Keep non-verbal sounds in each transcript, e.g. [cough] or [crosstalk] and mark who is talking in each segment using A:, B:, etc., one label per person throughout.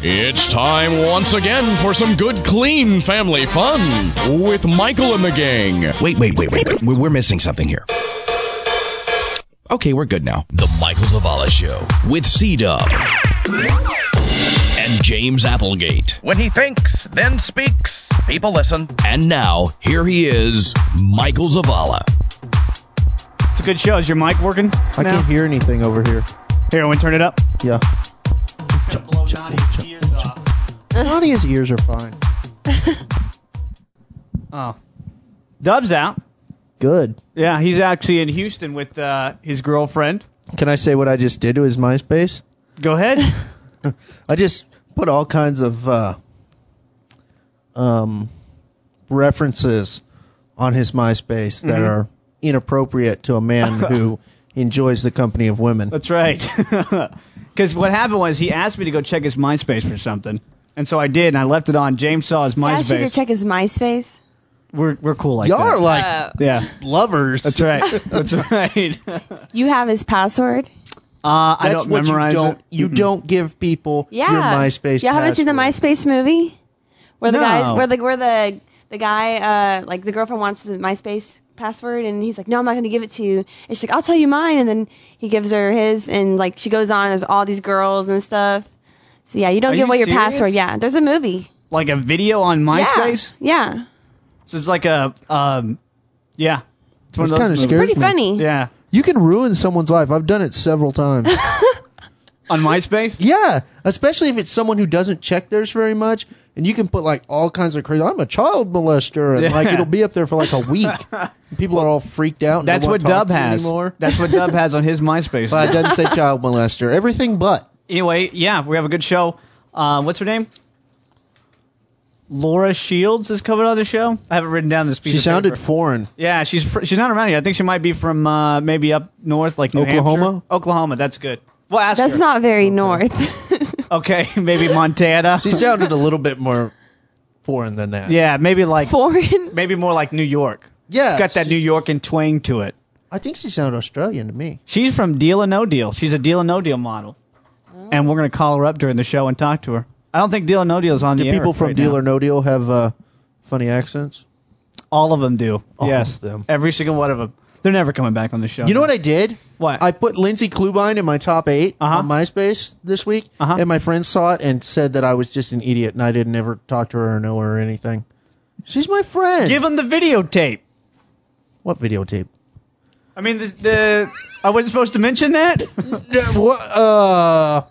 A: It's time once again for some good, clean family fun with Michael and the gang.
B: Wait, wait, wait, wait, wait. We're we're missing something here. Okay, we're good now.
C: The Michael Zavala Show with C Dub and James Applegate.
D: When he thinks, then speaks. People listen.
C: And now, here he is, Michael Zavala.
E: It's a good show. Is your mic working?
F: I
E: now?
F: can't hear anything over here.
E: Here, want to turn it up? [laughs]
F: Yeah. Johnny's ears are fine.
E: Dub's out.
F: Good.
E: Yeah, he's actually in Houston with uh, his girlfriend.
F: Can I say what I just did to his MySpace?
E: Go
F: [laughs]
E: ahead.
F: I just put all kinds of uh, um, references on his MySpace
E: Mm-hmm.
F: that are inappropriate to
E: [laughs]
F: a man who enjoys the company of women.
E: That's right. [laughs] Because what happened was he asked me to go check his MySpace for something. And so I did, and I left it on. James saw his
G: I asked you to
E: MySpace.
G: check his MySpace.
E: we're, we're cool like
F: Y'all
E: that.
F: are like
G: Oh.
E: [laughs] yeah,
F: lovers.
E: Uh, that's
F: [laughs]
E: right. That's right. Uh,
G: You have his password?
E: [laughs] I
F: That's
E: don't
F: what
E: memorize
F: you don't.
E: it.
F: You don't give people
G: Yeah.
F: your MySpace.
G: Y'all haven't seen the
F: password.
G: MySpace movie? Where the
E: No.
G: guys where the where the the guy uh like the girlfriend wants the MySpace password and he's like, No, I'm not gonna give it to you and she's like, I'll tell you mine and then he gives her his and like she goes on and there's all these girls and stuff. So yeah, you don't
E: Are
G: give
E: you
G: away your
E: serious?
G: password. Yeah. There's a movie.
E: Like a video on MySpace?
G: Yeah. yeah.
E: So it's like a, um, yeah. It's one
F: It
E: of those
F: kinda
E: movies.
F: scares
G: Pretty
F: me.
G: funny.
E: Yeah.
F: You can ruin someone's life. I've done it several times.
E: On MySpace?
F: yeah, especially if it's someone who doesn't check theirs very much, and you can put like all kinds of crazy. I'm a child molester, and like
E: Yeah.
F: it'll be up there for
E: [laughs]
F: like a week. And People are all freaked out. And
E: That's
F: don't
E: what
F: wanna
E: Dub
F: talk to you
E: has.
F: anymore.
E: [laughs] That's what Dub has on his MySpace.
F: [laughs] But it doesn't say child molester. Everything but
E: anyway, yeah, we have a good show. Uh, what's her name? Laura Shields is coming on the show. I haven't written down this piece.
F: she
E: of
F: sounded
E: paper.
F: foreign.
E: yeah, she's fr- she's not around here. I think she might be from uh, maybe up north, like New
F: Oklahoma?
E: Hampshire. Oklahoma. That's good. Well, ask
G: That's
E: her.
G: not very north. [laughs]
E: okay. [laughs] Maybe Montana. [laughs]
F: She sounded a little bit more foreign than that.
E: yeah, maybe like [laughs]
G: Foreign.
E: maybe more like New York.
F: Yeah,
E: it's got that
F: she's-
E: New York and twang to it.
F: I think she sounded Australian to me.
E: She's from Deal or No Deal. She's a Deal or No Deal model, and we're gonna call her up during the show and talk to her. I don't think Deal or No Deal is on the air
F: People from
E: right
F: Deal
E: now.
F: or No Deal have uh, funny accents.
E: All of them do. yes,
F: of them.
E: every single one of them. They're never coming back on the show.
F: You know what I did?
E: What?
F: I put Lindsay Klubine in my top 8
E: Uh-huh.
F: on MySpace this week,
E: Uh-huh.
F: and my friends saw it and said that I was just an idiot and I didn't ever talk to her or know her or anything. She's my friend.
E: Give them the videotape.
F: what videotape?
E: I mean, the, the I wasn't supposed to mention that.
F: what? Uh,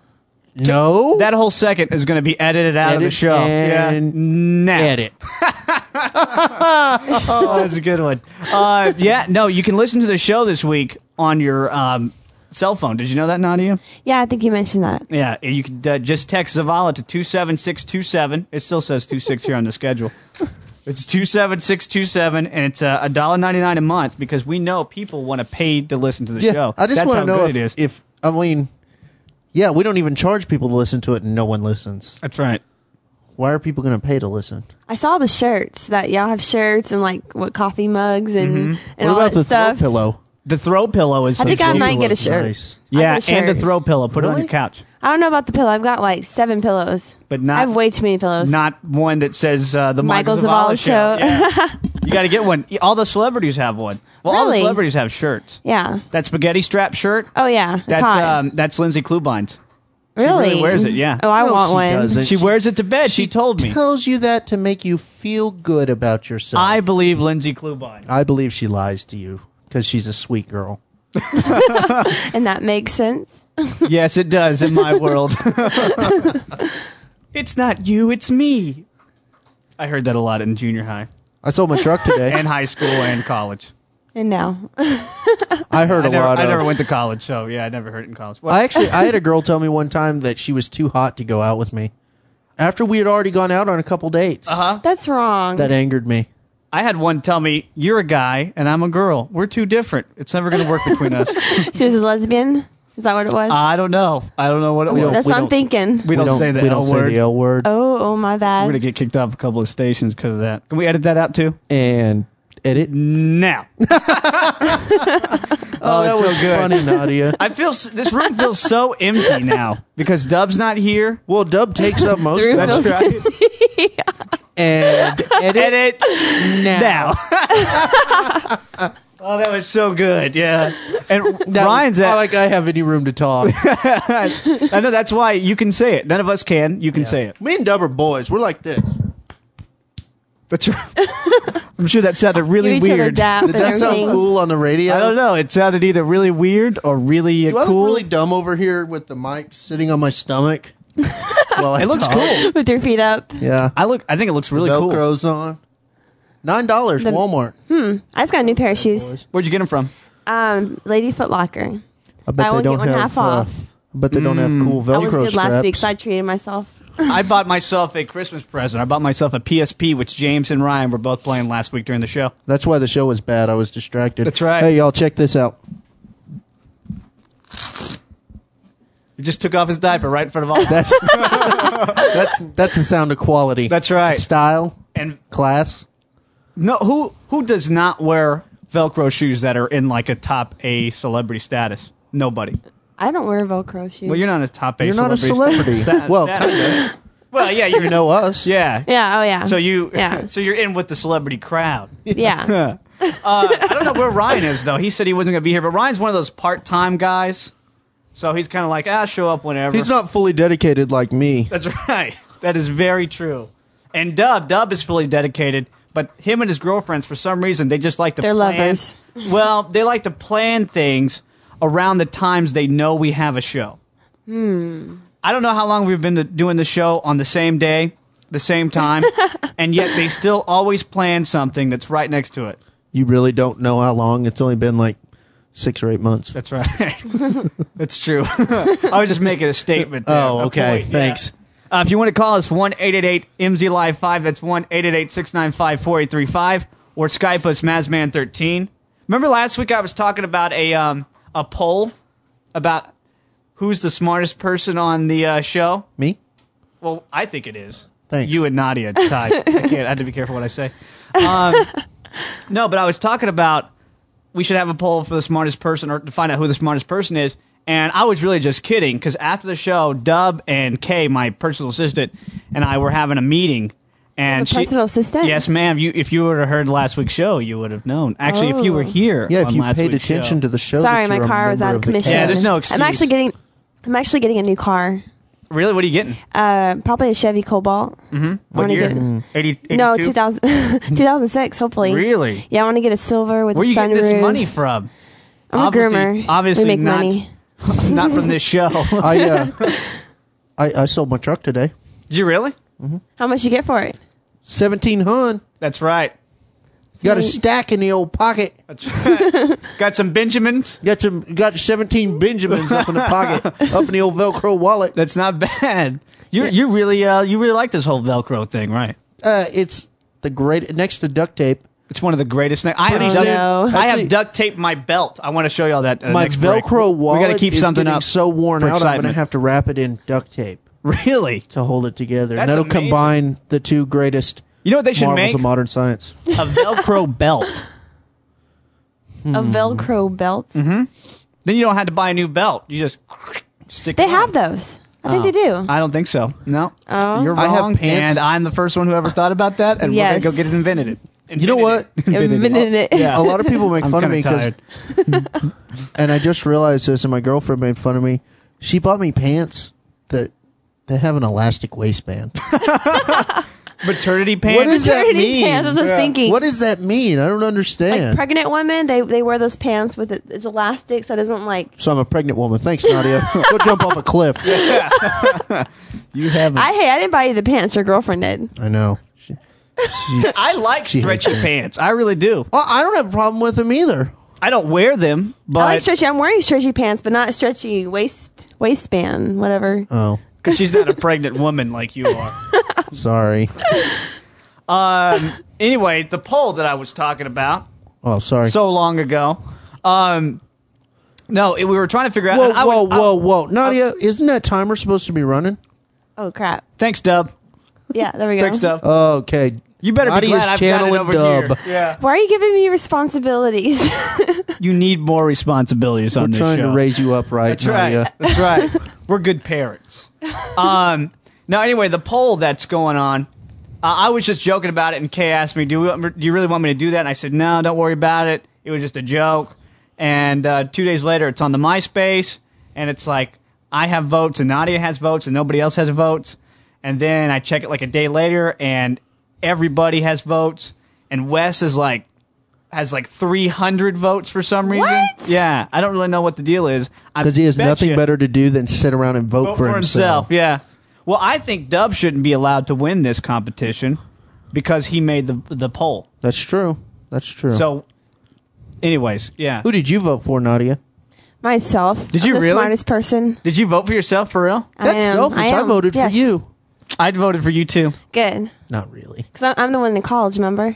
F: no.
E: That whole second is going to be edited out of the
F: Edit
E: show.
F: and
E: yeah, nah. [laughs]
F: edit.
E: Oh, that's a good one. Uh, yeah, no, you can listen to the show this week on your um, cell phone. Did you know that, Nadia?
G: Yeah, I think you mentioned that.
E: Yeah, you can uh, just text Zavala to 27627. It still says 26 here on the schedule. It's 27627, and it's uh, $1.99 a month because we know people want to pay to listen to the
F: Yeah,
E: show.
F: I just
E: That's
F: want
E: how
F: to know
E: good
F: if,
E: it is.
F: if I mean, yeah, we don't even charge people to listen to it, and no one listens.
E: That's right.
F: Why are people going to pay to listen?
G: I saw the shirts that y'all have shirts and like what coffee mugs and
F: What
G: and all
F: about
G: that
F: the throw
G: stuff.
F: pillow?
E: The throw pillow is.
G: I think I
E: something-
G: might get a
F: Looks
G: shirt.
F: nice.
G: I'll
E: Yeah,
G: get a shirt.
E: and a throw pillow. Put it on
F: Really?
E: your couch,
G: I don't know about the pillow. I've got like seven pillows,
E: But not-
G: I have way too many pillows.
E: not one that says uh, the Michael,
G: Michael Zavala Show. [laughs]
E: Yeah. you got to get one. All the celebrities have one. Well, all the
G: Really?
E: celebrities have shirts.
G: yeah.
E: That spaghetti strap shirt.
G: Oh yeah. It's
E: that's
G: hot.
E: um, that's Lindsay Klubine's.
G: really?
E: really wears it, yeah.
G: Oh, I
F: No,
G: want
F: she
G: one.
F: doesn't.
E: She wears it to bed. She, told me.
F: tells you that to make you feel good about yourself.
E: I believe Lindsay Klubine.
F: I believe she lies to you because she's a sweet girl.
G: and that makes sense.
E: [laughs] yes, it does in my [laughs] world. it's not you, it's me. I heard that a lot in junior high
F: I sold my truck today.
E: [laughs] and high school and college.
G: And now,
F: I heard a
E: [laughs] I never,
F: lot
E: I
F: of.
E: never went to college, so yeah, I never heard it in college. Well,
F: I actually, I had a girl tell me one time that she was too hot to go out with me. After we had already gone out on a couple dates, uh-huh.
G: Oh, that's wrong.
F: that angered me.
E: I had one tell me, "You're a guy and I'm a girl. We're too different. It's never going to work between us."
G: she was a lesbian. Is that what it was?
E: [laughs] I don't know. I Uh, don't know what it
F: We
E: was.
G: that's
F: we
G: what I'm
F: don't-
G: thinking.
E: we, don't say the
F: we
E: L
F: don't
E: word.
F: say the L word
G: oh, oh my
E: We're going
G: bad.
E: to get kicked off a couple of stations because of that. Can we edit that out too?
F: and edit.
E: Now.
F: Oh, that
E: it's so
F: was
E: good. [laughs]
F: funny, Nadia.
E: I feel s- this room feels so empty now because Dub's not here.
F: well, Dub takes up most
G: Drew
F: of that
G: feels-
F: right.
E: [laughs]
F: and edit
E: Edit now. [laughs]
F: now.
E: oh, that was so good. Yeah. And
F: That was
E: Ryan's
F: not
E: at,
F: like I have any room
E: [laughs]
F: to talk.
E: I know that's why you can say it. None of us can. You can say it.
F: Me and Dub are boys. We're like this.
E: That's right. [laughs] I'm sure that sounded
G: Give
E: really
G: each other a
E: weird. I
G: dap
F: Did
G: and
F: that sound
G: everything.
F: cool on the radio?
E: don't know. It sounded either really weird or really uh,
F: Do I
E: cool.
F: look really dumb over here with the mic sitting on my
G: [laughs]
F: stomach? well,
E: it looks cool.
G: With your feet up.
F: Yeah.
E: I look. I think it looks really cool.
F: Velcro's on. Nine dollars
G: The-
F: Walmart.
G: I just got a new pair of shoes.
E: Where'd you get them from?
G: Um, Lady Foot Locker.
F: I bet
G: I
F: they
G: won't
F: don't
G: get one
F: have.
G: half
F: uh,
G: off.
F: I bet they don't have cool Velcro
G: I was good
F: straps.
G: last week, so I treated myself.
E: [laughs] I bought myself a Christmas present. I bought myself a PSP, which James and Ryan were both playing last week during the show.
F: That's why the show was bad. I was distracted.
E: That's right.
F: Hey, y'all, check this out.
E: He just took off his diaper right in front of all.
F: [laughs] That's that's that's the sound of quality.
E: That's right.
F: Style
E: and
F: class.
E: no, who who does not wear Velcro shoes that are in like a top A celebrity status? Nobody.
G: I don't wear Velcro shoes.
E: Well, you're not a top A.
F: You're not a
E: celebrity.
F: celebrity.
E: sta- sta-
F: Well,
E: status. well, yeah,
F: You [laughs]
E: you're
F: know us.
E: yeah.
G: Yeah. Oh yeah.
E: So you
G: [laughs]
E: [laughs]
G: Yeah.
E: so you're in with the celebrity crowd. [laughs]
G: yeah.
E: I don't know where Ryan is though. He said he wasn't going to be here, but Ryan's one of those part-time guys. So he's kind of like, "Ah, show up whenever."
F: He's not fully dedicated like me.
E: That's [laughs] right. That is very true. And Dub, Dub is fully dedicated, but him and his girlfriends, for some reason, they just like to.
G: They're
E: plan-
G: lovers.
E: [laughs] Well, they like to plan things around the times they know we have a show. Hmm. I don't know how long we've been to- doing the show on the same day, the same
G: [laughs]
E: time, and yet they still always plan something that's right next to it.
F: You really don't know how long. It's only been like six or eight months.
E: That's right. [laughs] That's true. [laughs] I was just making a statement. there,
F: Oh,
E: a
F: okay.
E: point, yeah.
F: Thanks.
E: Uh, if you want to call us, 1 MZ Live 5. That's 1 695 4835. Or Skype us, Mazman13. Remember last week I was talking about a, um, a poll about who's the smartest person on the uh, show?
F: Me?
E: Well, I think it is.
F: Thanks.
E: You and Nadia
F: [laughs]
E: tied. I can't. I had to be careful what I say. Um, no, but I was talking about we should have a poll for the smartest person or to find out who the smartest person is. And I was really just kidding because after the show, Dub and Kay, my personal assistant, and I were having a meeting. And
G: Have a
E: she-
G: personal assistant?
E: Yes, ma'am. You, if you would have heard last week's show, you would have known. Actually, if you were
G: Oh.
E: here,
F: Yeah,
E: on
F: if you
E: last
F: paid
E: week's
F: attention
E: show-
F: to the show.
G: Sorry,
F: that
G: my
F: you're a
G: car was
F: member
G: out of
F: the
G: commission.
E: Yeah, there's no
G: I'm actually
E: excuse.
G: getting. I'm actually getting a new car.
E: really, what are you getting?
G: Uh, probably a Chevy Cobalt. Mm-hmm.
E: What year? 80, 82?
G: No, [laughs] 2000, 2006, hopefully.
E: Really?
G: Yeah, I want to get a silver with
E: Where
G: a
E: you getting this
G: sunroof.
E: money from?
G: I'm a
E: Obviously-
G: groomer.
E: obviously
G: we make
E: not-
G: money.
E: Not from
G: [laughs]
E: this show.
F: I, uh, I I sold my truck today.
E: Did you really?
G: How much you get for it?
F: Seventeen hun.
E: That's right.
F: You got a
G: Sweet.
F: stack in the old pocket.
E: Got some Benjamins.
F: Got some got seventeen Benjamins up in the
E: [laughs]
F: pocket, up in the old Velcro wallet.
E: That's not bad. You you really uh you really like this whole Velcro thing, right?
F: Uh, it's the great next to duct tape.
E: It's one of the greatest things. I have,
G: Pretty
E: duct-
G: soon- Oh, no.
E: I have
F: Actually-
E: duct taped my belt. I want to show y'all that. Uh,
F: my
E: next break.
F: Velcro wallet.
E: We got to keep
F: is
E: something
F: getting
E: up.
F: So worn
E: for
F: out, I'm going
E: excitement.
F: to have to wrap it in duct tape
E: [laughs] really.
F: to hold it together.
E: That's
F: and that'll
E: amazing.
F: combine the two greatest
E: You know what they should
F: marvels
E: make?
F: of modern science.
E: A Velcro belt.
G: A
E: Hmm.
G: Velcro belt.
E: Mm-hmm. Then you don't have to buy a new belt. You just [laughs] stick.
G: They
E: it
G: have
E: on.
G: those. I think they do.
E: Oh. I don't think so. No,
G: Oh.
E: you're wrong.
F: I have pants.
E: And I'm the first one who ever thought about that. And
G: Yes.
E: we're gonna go get it invented.
F: You know what?
G: Invented it.
E: [laughs] Yeah.
F: A lot of people make
E: I'm
F: fun of
E: kinda
F: me because,
E: tired.
F: and I just realized this, and my girlfriend made fun of me. She bought me pants that that have an elastic waistband.
E: [laughs] maternity pants.
F: What does that
G: Maternity
F: mean?
G: pants, I was just Yeah. thinking.
F: What does that mean? I don't
G: Like
F: understand.
G: pregnant women, they, they wear those pants with it, it's elastic, so it doesn't like.
F: so I'm a pregnant woman. Thanks, Nadia.
E: [laughs]
F: Go jump off a cliff.
E: you have?
G: I hey, I didn't buy you the pants. Your girlfriend did.
F: I know. She, she-
E: I like
F: She hates
E: stretchy pants. I really do.
F: Oh, I don't have a problem with them either.
E: I don't wear them,
G: I like
E: but
G: stretchy. I'm wearing stretchy pants, but not stretchy waist waistband, whatever.
F: Oh,
E: because she's not a pregnant woman like you are. Um,
F: sorry.
E: anyway, the poll that I was talking about
F: Oh, sorry.
E: so long ago. Um, no, it, we were trying to figure out.
F: whoa,
E: and I
F: whoa,
E: would- I-
F: whoa, whoa, Nadia, isn't that timer supposed to be running?
G: Oh crap!
E: thanks, Dub.
G: Yeah, there we go.
E: Text up.
F: Okay.
E: You better be
F: Body
E: glad
F: is
E: I've got it
F: channeling
E: over
F: Dub.
E: here. Yeah.
G: Why are you giving me responsibilities? [laughs]
E: You need more responsibilities
F: We're
E: on this
F: trying
E: show.
F: to raise you up right,
E: That's right.
F: Nadia.
E: That's right. We're good parents. Um, now, anyway, the poll that's going on. Uh, I was just joking about it, and Kay asked me, "Do you do you really want me to do that?" And I said, "No, don't worry about it. It was just a joke." And uh, two days later, it's on the MySpace, and it's like I have votes, and Nadia has votes, and nobody else has votes. And then I check it like a day later, and everybody has votes, and Wes is like has like 300 votes for some reason.
G: What?
E: Yeah, I don't really know what the deal is. I
F: Because he has
E: bet
F: nothing
E: you-
F: better to do than sit around and vote,
E: vote for himself. Yeah. Well, I think Dub shouldn't be allowed to win this competition because he made the the poll.
F: That's true. That's true.
E: So, anyways, yeah.
F: who did you vote for, Nadia?
G: Myself.
E: Did
G: I'm
E: you
G: the
E: really?
G: Smartest person.
E: Did you vote for yourself for real?
G: I
F: That's
G: am.
F: selfish. I,
G: am.
F: voted
G: Yes.
F: for you.
E: I voted for you too.
G: Good,
F: Not really.
G: because I'm the one in college. Remember?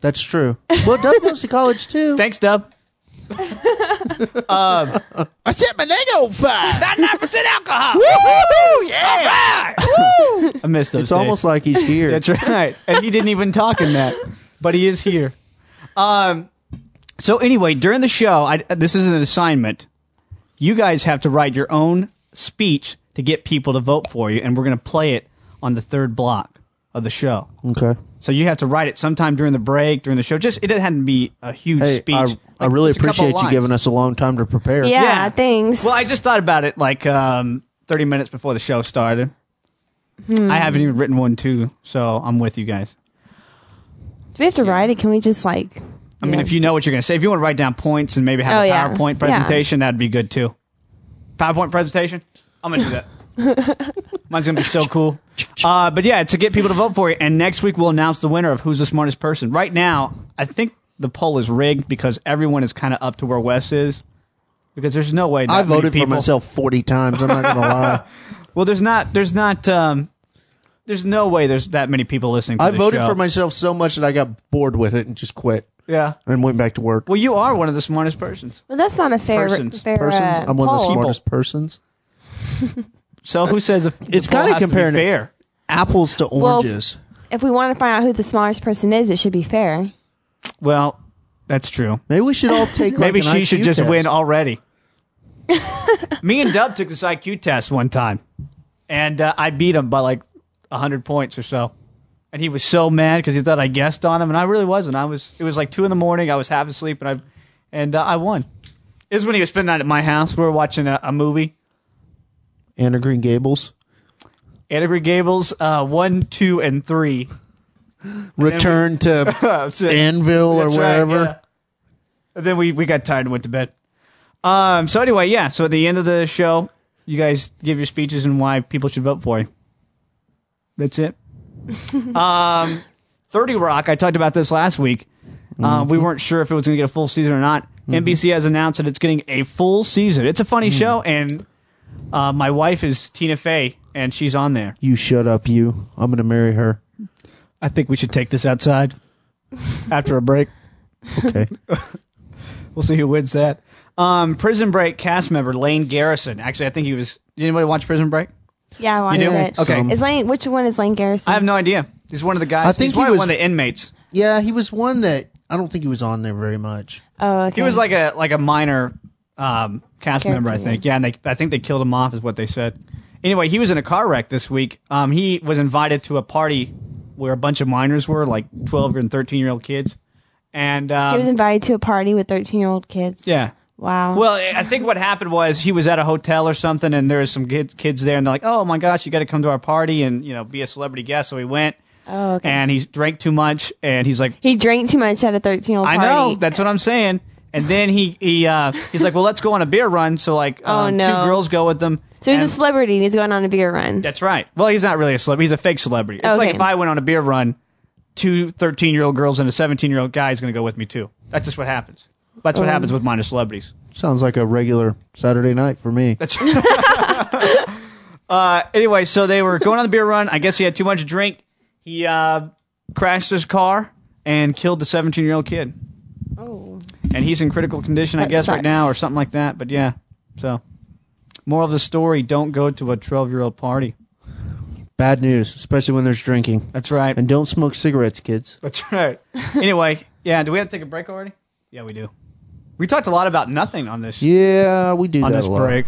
F: That's true. Well, Doug goes to college too.
E: Thanks, Dub.
F: I set my leg on fire.
E: Nine percent alcohol.
F: Woo! Yeah.
E: I missed those.
F: It's almost like he's here.
E: That's right. And he didn't even talk in that, but he is here. Um. So anyway, during the show, I, this is an assignment. You guys have to write your own speech to get people to vote for you, and we're going to play it on the third block of the show.
F: Okay.
E: So you have to write it sometime during the break, during the show. Just it had to be a huge
F: Hey,
E: speech.
F: I, I really appreciate you giving
E: us.
F: us a long time to prepare.
G: Yeah. thanks.
E: Well, I just thought about it like um, 30 minutes before the show started.
G: Hmm.
E: I haven't even written one too, so I'm with you guys.
G: Do we have to write it? Can we just like?
E: I mean, if you know what you're going to say, if you want to write down points and maybe have
G: Oh,
E: a
G: yeah.
E: PowerPoint
G: Yeah.
E: presentation, that'd be good too. PowerPoint presentation? I'm going to do that.
G: [laughs]
E: Mine's going to be so cool. Uh, but yeah, to get people to vote for you. And next week, we'll announce the winner of who's the smartest person. Right now, I think the poll is rigged because everyone is kind of up to where Wes is. Because there's no way. that
F: I
E: many
F: voted for
E: people-
F: myself 40 times. I'm not going
E: [laughs]
F: to lie.
E: Well, there's not. There's not. Um, there's no way there's that many people listening. To
F: I
E: this
F: voted
E: show.
F: for myself so much that I got bored with it and just quit
E: Yeah.
F: and went back to work.
E: Well, you are one of the smartest persons.
G: Well, that's not a fair.
E: Persons.
G: fair
F: Persons,
G: uh,
F: I'm one of the
G: poll.
F: smartest persons.
E: So who says if
F: It's
E: the poll
F: kinda
E: has to be
F: comparing it.
E: fair?
F: Apples to
G: Well,
F: oranges.
G: If we want to find out who the smartest person is, it should be fair.
E: Well, that's true.
F: Maybe we should all take.
E: Maybe
F: like an
E: she should
F: IQ
E: just
F: test.
E: win
F: [laughs]
E: already. Me and Dub took this IQ test one time, and uh, I beat him by like hundred points or so. And he was so mad because he thought I guessed on him, and I really wasn't. I was. It was like two in the morning. I was half asleep, and I, and uh, I won. This is when he was spending the night at my house. We were watching a, a movie.
F: Anna Green Gables.
E: Antigre Gables, uh, one, two, and three.
F: Return to
E: [laughs] That's it.
F: Anvil or
E: That's right,
F: wherever.
E: yeah. And then we, we got tired and went to bed. Um. So anyway, yeah. So at the end of the show, you guys give your speeches and why people should vote for you. That's it. um, Thirty Rock. I talked about this last week. Uh, we weren't sure if it was going to get a full season or not. NBC has announced that it's getting a full season. It's a funny show, and uh, my wife is Tina Fey, and she's on there.
F: You shut up, you. I'm going to marry her.
E: I think we should take this outside after a [laughs] break. [laughs]
F: Okay.
E: We'll see who wins that. Um, Prison Break cast member Lane Garrison. Actually, I think he was. Did anybody watch Prison Break?
G: Yeah, I watched
E: do?
G: it.
E: Okay.
G: Is Lane? Which one is Lane Garrison?
E: I have no idea. He's one of the guys.
F: I think
E: he's one,
F: he
E: of-
F: was-
E: one of the inmates.
F: yeah, he was one that I don't think he was on there very much.
G: oh, okay.
E: He was like a like a minor um, cast
G: Character,
E: member, I think. Yeah, and they, I think they killed him off, is what they said. Anyway, he was in a car wreck this week. Um, he was invited to a party where a bunch of minors were, like twelve and thirteen year old kids, and um,
G: He was invited to a party with 13 year old kids.
E: yeah.
G: Wow.
E: Well, I think what happened was he was at a hotel or something, and there was some kid, kids there, and they're like, "Oh my gosh, you got to come to our party and you know be a celebrity guest." So he went,
G: Oh, okay.
E: and he drank too much, and he's like,
G: he drank too much at a 13 year old
E: "I
G: party.
E: know, that's what I'm saying." And then he he uh, he's like, "Well, let's go on a beer run." So like, um,
G: Oh, no.
E: two girls go with them.
G: so he's
E: and-
G: a celebrity and he's going on a beer run.
E: that's right. Well, he's not really a celebrity; he's a fake celebrity. It's like
G: Okay.
E: if I went on a beer run, two 13 year old girls and a 17 year old guy is going to go with me too. That's just what happens. That's
G: Oh.
E: what happens with minor celebrities.
F: Sounds like a regular Saturday night for me.
E: That's uh, anyway, so they were going on the beer run. I guess he had too much to drink. He uh, crashed his car and killed the 17 year old kid.
G: Oh.
E: And he's in critical condition, I
G: That
E: guess, right
G: sucks.
E: now or something like that. But yeah, so moral of the story don't go to a 12 year old party.
F: Bad news, especially when there's drinking.
E: That's right.
F: And don't smoke cigarettes, kids.
E: That's right. anyway, yeah. Do we have to take a break already? Yeah, we do. We talked a lot about nothing on this
F: Yeah, we do
E: on
F: that
E: this
F: a lot.
E: break.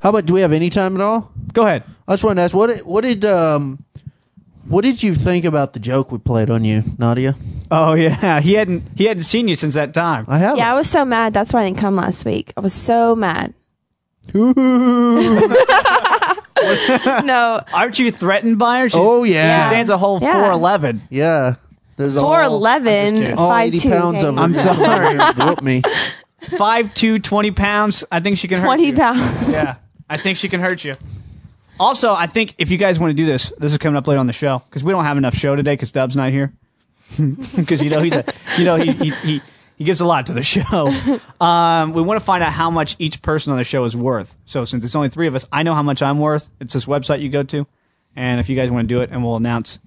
F: How about do we have any time at all?
E: Go ahead.
F: I just wanted to ask what what did um what did you think about the joke we played on you, Nadia?
E: Oh yeah, [laughs] he hadn't he hadn't seen you since that time.
F: I have
G: Yeah, I was so mad. That's why I didn't come last week. I was so mad. [laughs] no,
E: Aren't you threatened by her? She's,
F: Oh yeah.
E: She stands a whole
G: Yeah.
E: four eleven.
F: Yeah. There's a
G: four
F: whole-
G: eleven,
F: all
G: five
F: 80
G: two.
F: pounds of
E: [laughs]
F: her.
E: I'm
F: [laughs]
E: sorry.
F: Whoop me.
E: Five two, 20 pounds. I think she can hurt
G: Twenty
E: you.
G: pounds. [laughs]
E: Yeah, I think she can hurt you. Also, I think if you guys want to do this, this is coming up later on the show because we don't have enough show today because Dub's not here. [laughs] Because you know he's a, you know he he. he he gives a lot to the show. [laughs] Um, we want to find out how much each person on the show is worth. So since it's only three of us, I know how much I'm worth. It's this website you go to, and if you guys want to do it, and we'll announce.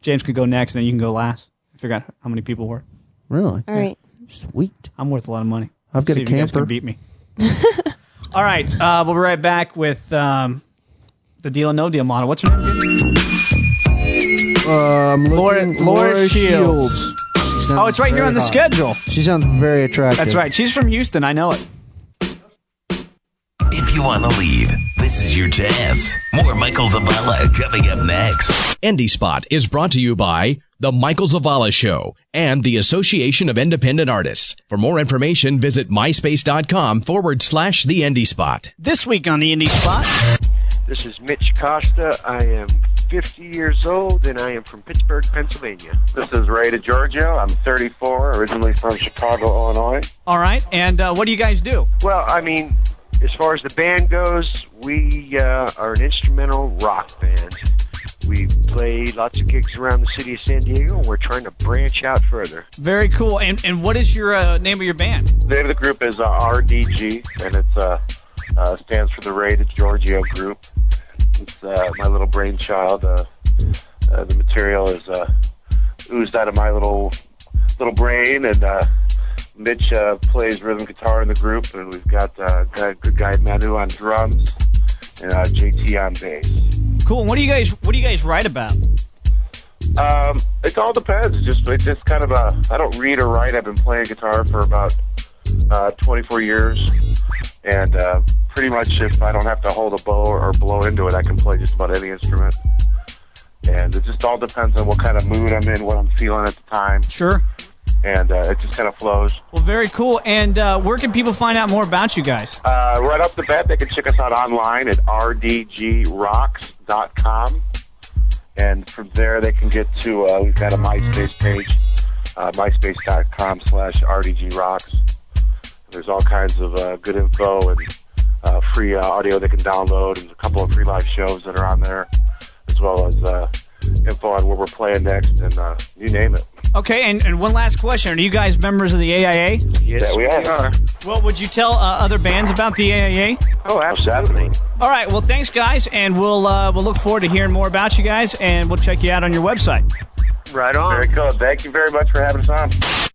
E: James could go next, and then you can go last. Figure out how many people worth.
F: Really?
G: All right.
F: Sweet.
E: I'm worth a lot of money.
F: I've got
E: See
F: a
E: if you guys
F: camper.
E: can beat me. [laughs] All right, uh, we'll be right back with um, the deal and no deal model. What's her name? again?
F: Um,
E: Laura-
F: looking-
E: Laura Shields.
F: She sounds
E: Oh, it's right here
F: very
E: on the
F: hot.
E: schedule.
F: She sounds very attractive.
E: That's right. She's from Houston. I know it.
H: If you want to lead, this is your chance. More Michael Zavala coming up next.
C: Indie Spot is brought to you by The Michael Zavala Show and the Association of Independent Artists. For more information, visit myspace.com forward slash The Indie Spot.
E: This week on the Indie Spot.
I: This is Mitch Costa. I am 50 years old and I am from Pittsburgh, Pennsylvania. This is Ray DiGiorgio. I'm 34, originally from Chicago, Illinois.
E: All right, and uh, what do you guys do?
I: Well, I mean, as far as the band goes, we uh, are an instrumental rock band. We play lots of gigs around the city of San Diego and we're trying to branch out further.
E: Very cool. And and what is your uh, name of your band?
I: The name of the group is uh, RDG and it's uh, uh, stands for the Ray DiGiorgio Group. It's uh, my little brainchild. Uh, uh, the material is uh, oozed out of my little little brain, and uh, Mitch uh, plays rhythm guitar in the group, and we've got uh, guy, good guy Manu on drums and uh, JT on bass.
E: Cool. And what do you guys what do you guys write about?
I: Um, it all depends. It's just it's just kind of a I don't read or write. I've been playing guitar for about uh, 24 years, and uh, pretty much if I don't have to hold a bow or blow into it, I can play just about any instrument. And it just all depends on what kind of mood I'm in, what I'm feeling at the time,
E: Sure.
I: and uh, it just kind of flows.
E: Well, very cool. And uh, where can people find out more about you guys?
I: Uh, right off the bat, they can check us out online at rdgrocks.com. And from there, they can get to, uh, we've got a MySpace page, uh, myspace.com slash rdgrocks. There's all kinds of uh, good info and uh, free uh, audio they can download, and a couple of free live shows that are on there, as well as uh, info on where we're playing next, and uh, you name it.
E: Okay, and, and one last question: Are you guys members of the AIA?
I: Yes, we are.
E: Well, would you tell uh, other bands about the AIA?
I: Oh, absolutely.
E: All right. Well, thanks, guys, and we'll uh, we'll look forward to hearing more about you guys, and we'll check you out on your website.
I: Right on. Very cool. Thank you very much for having us on.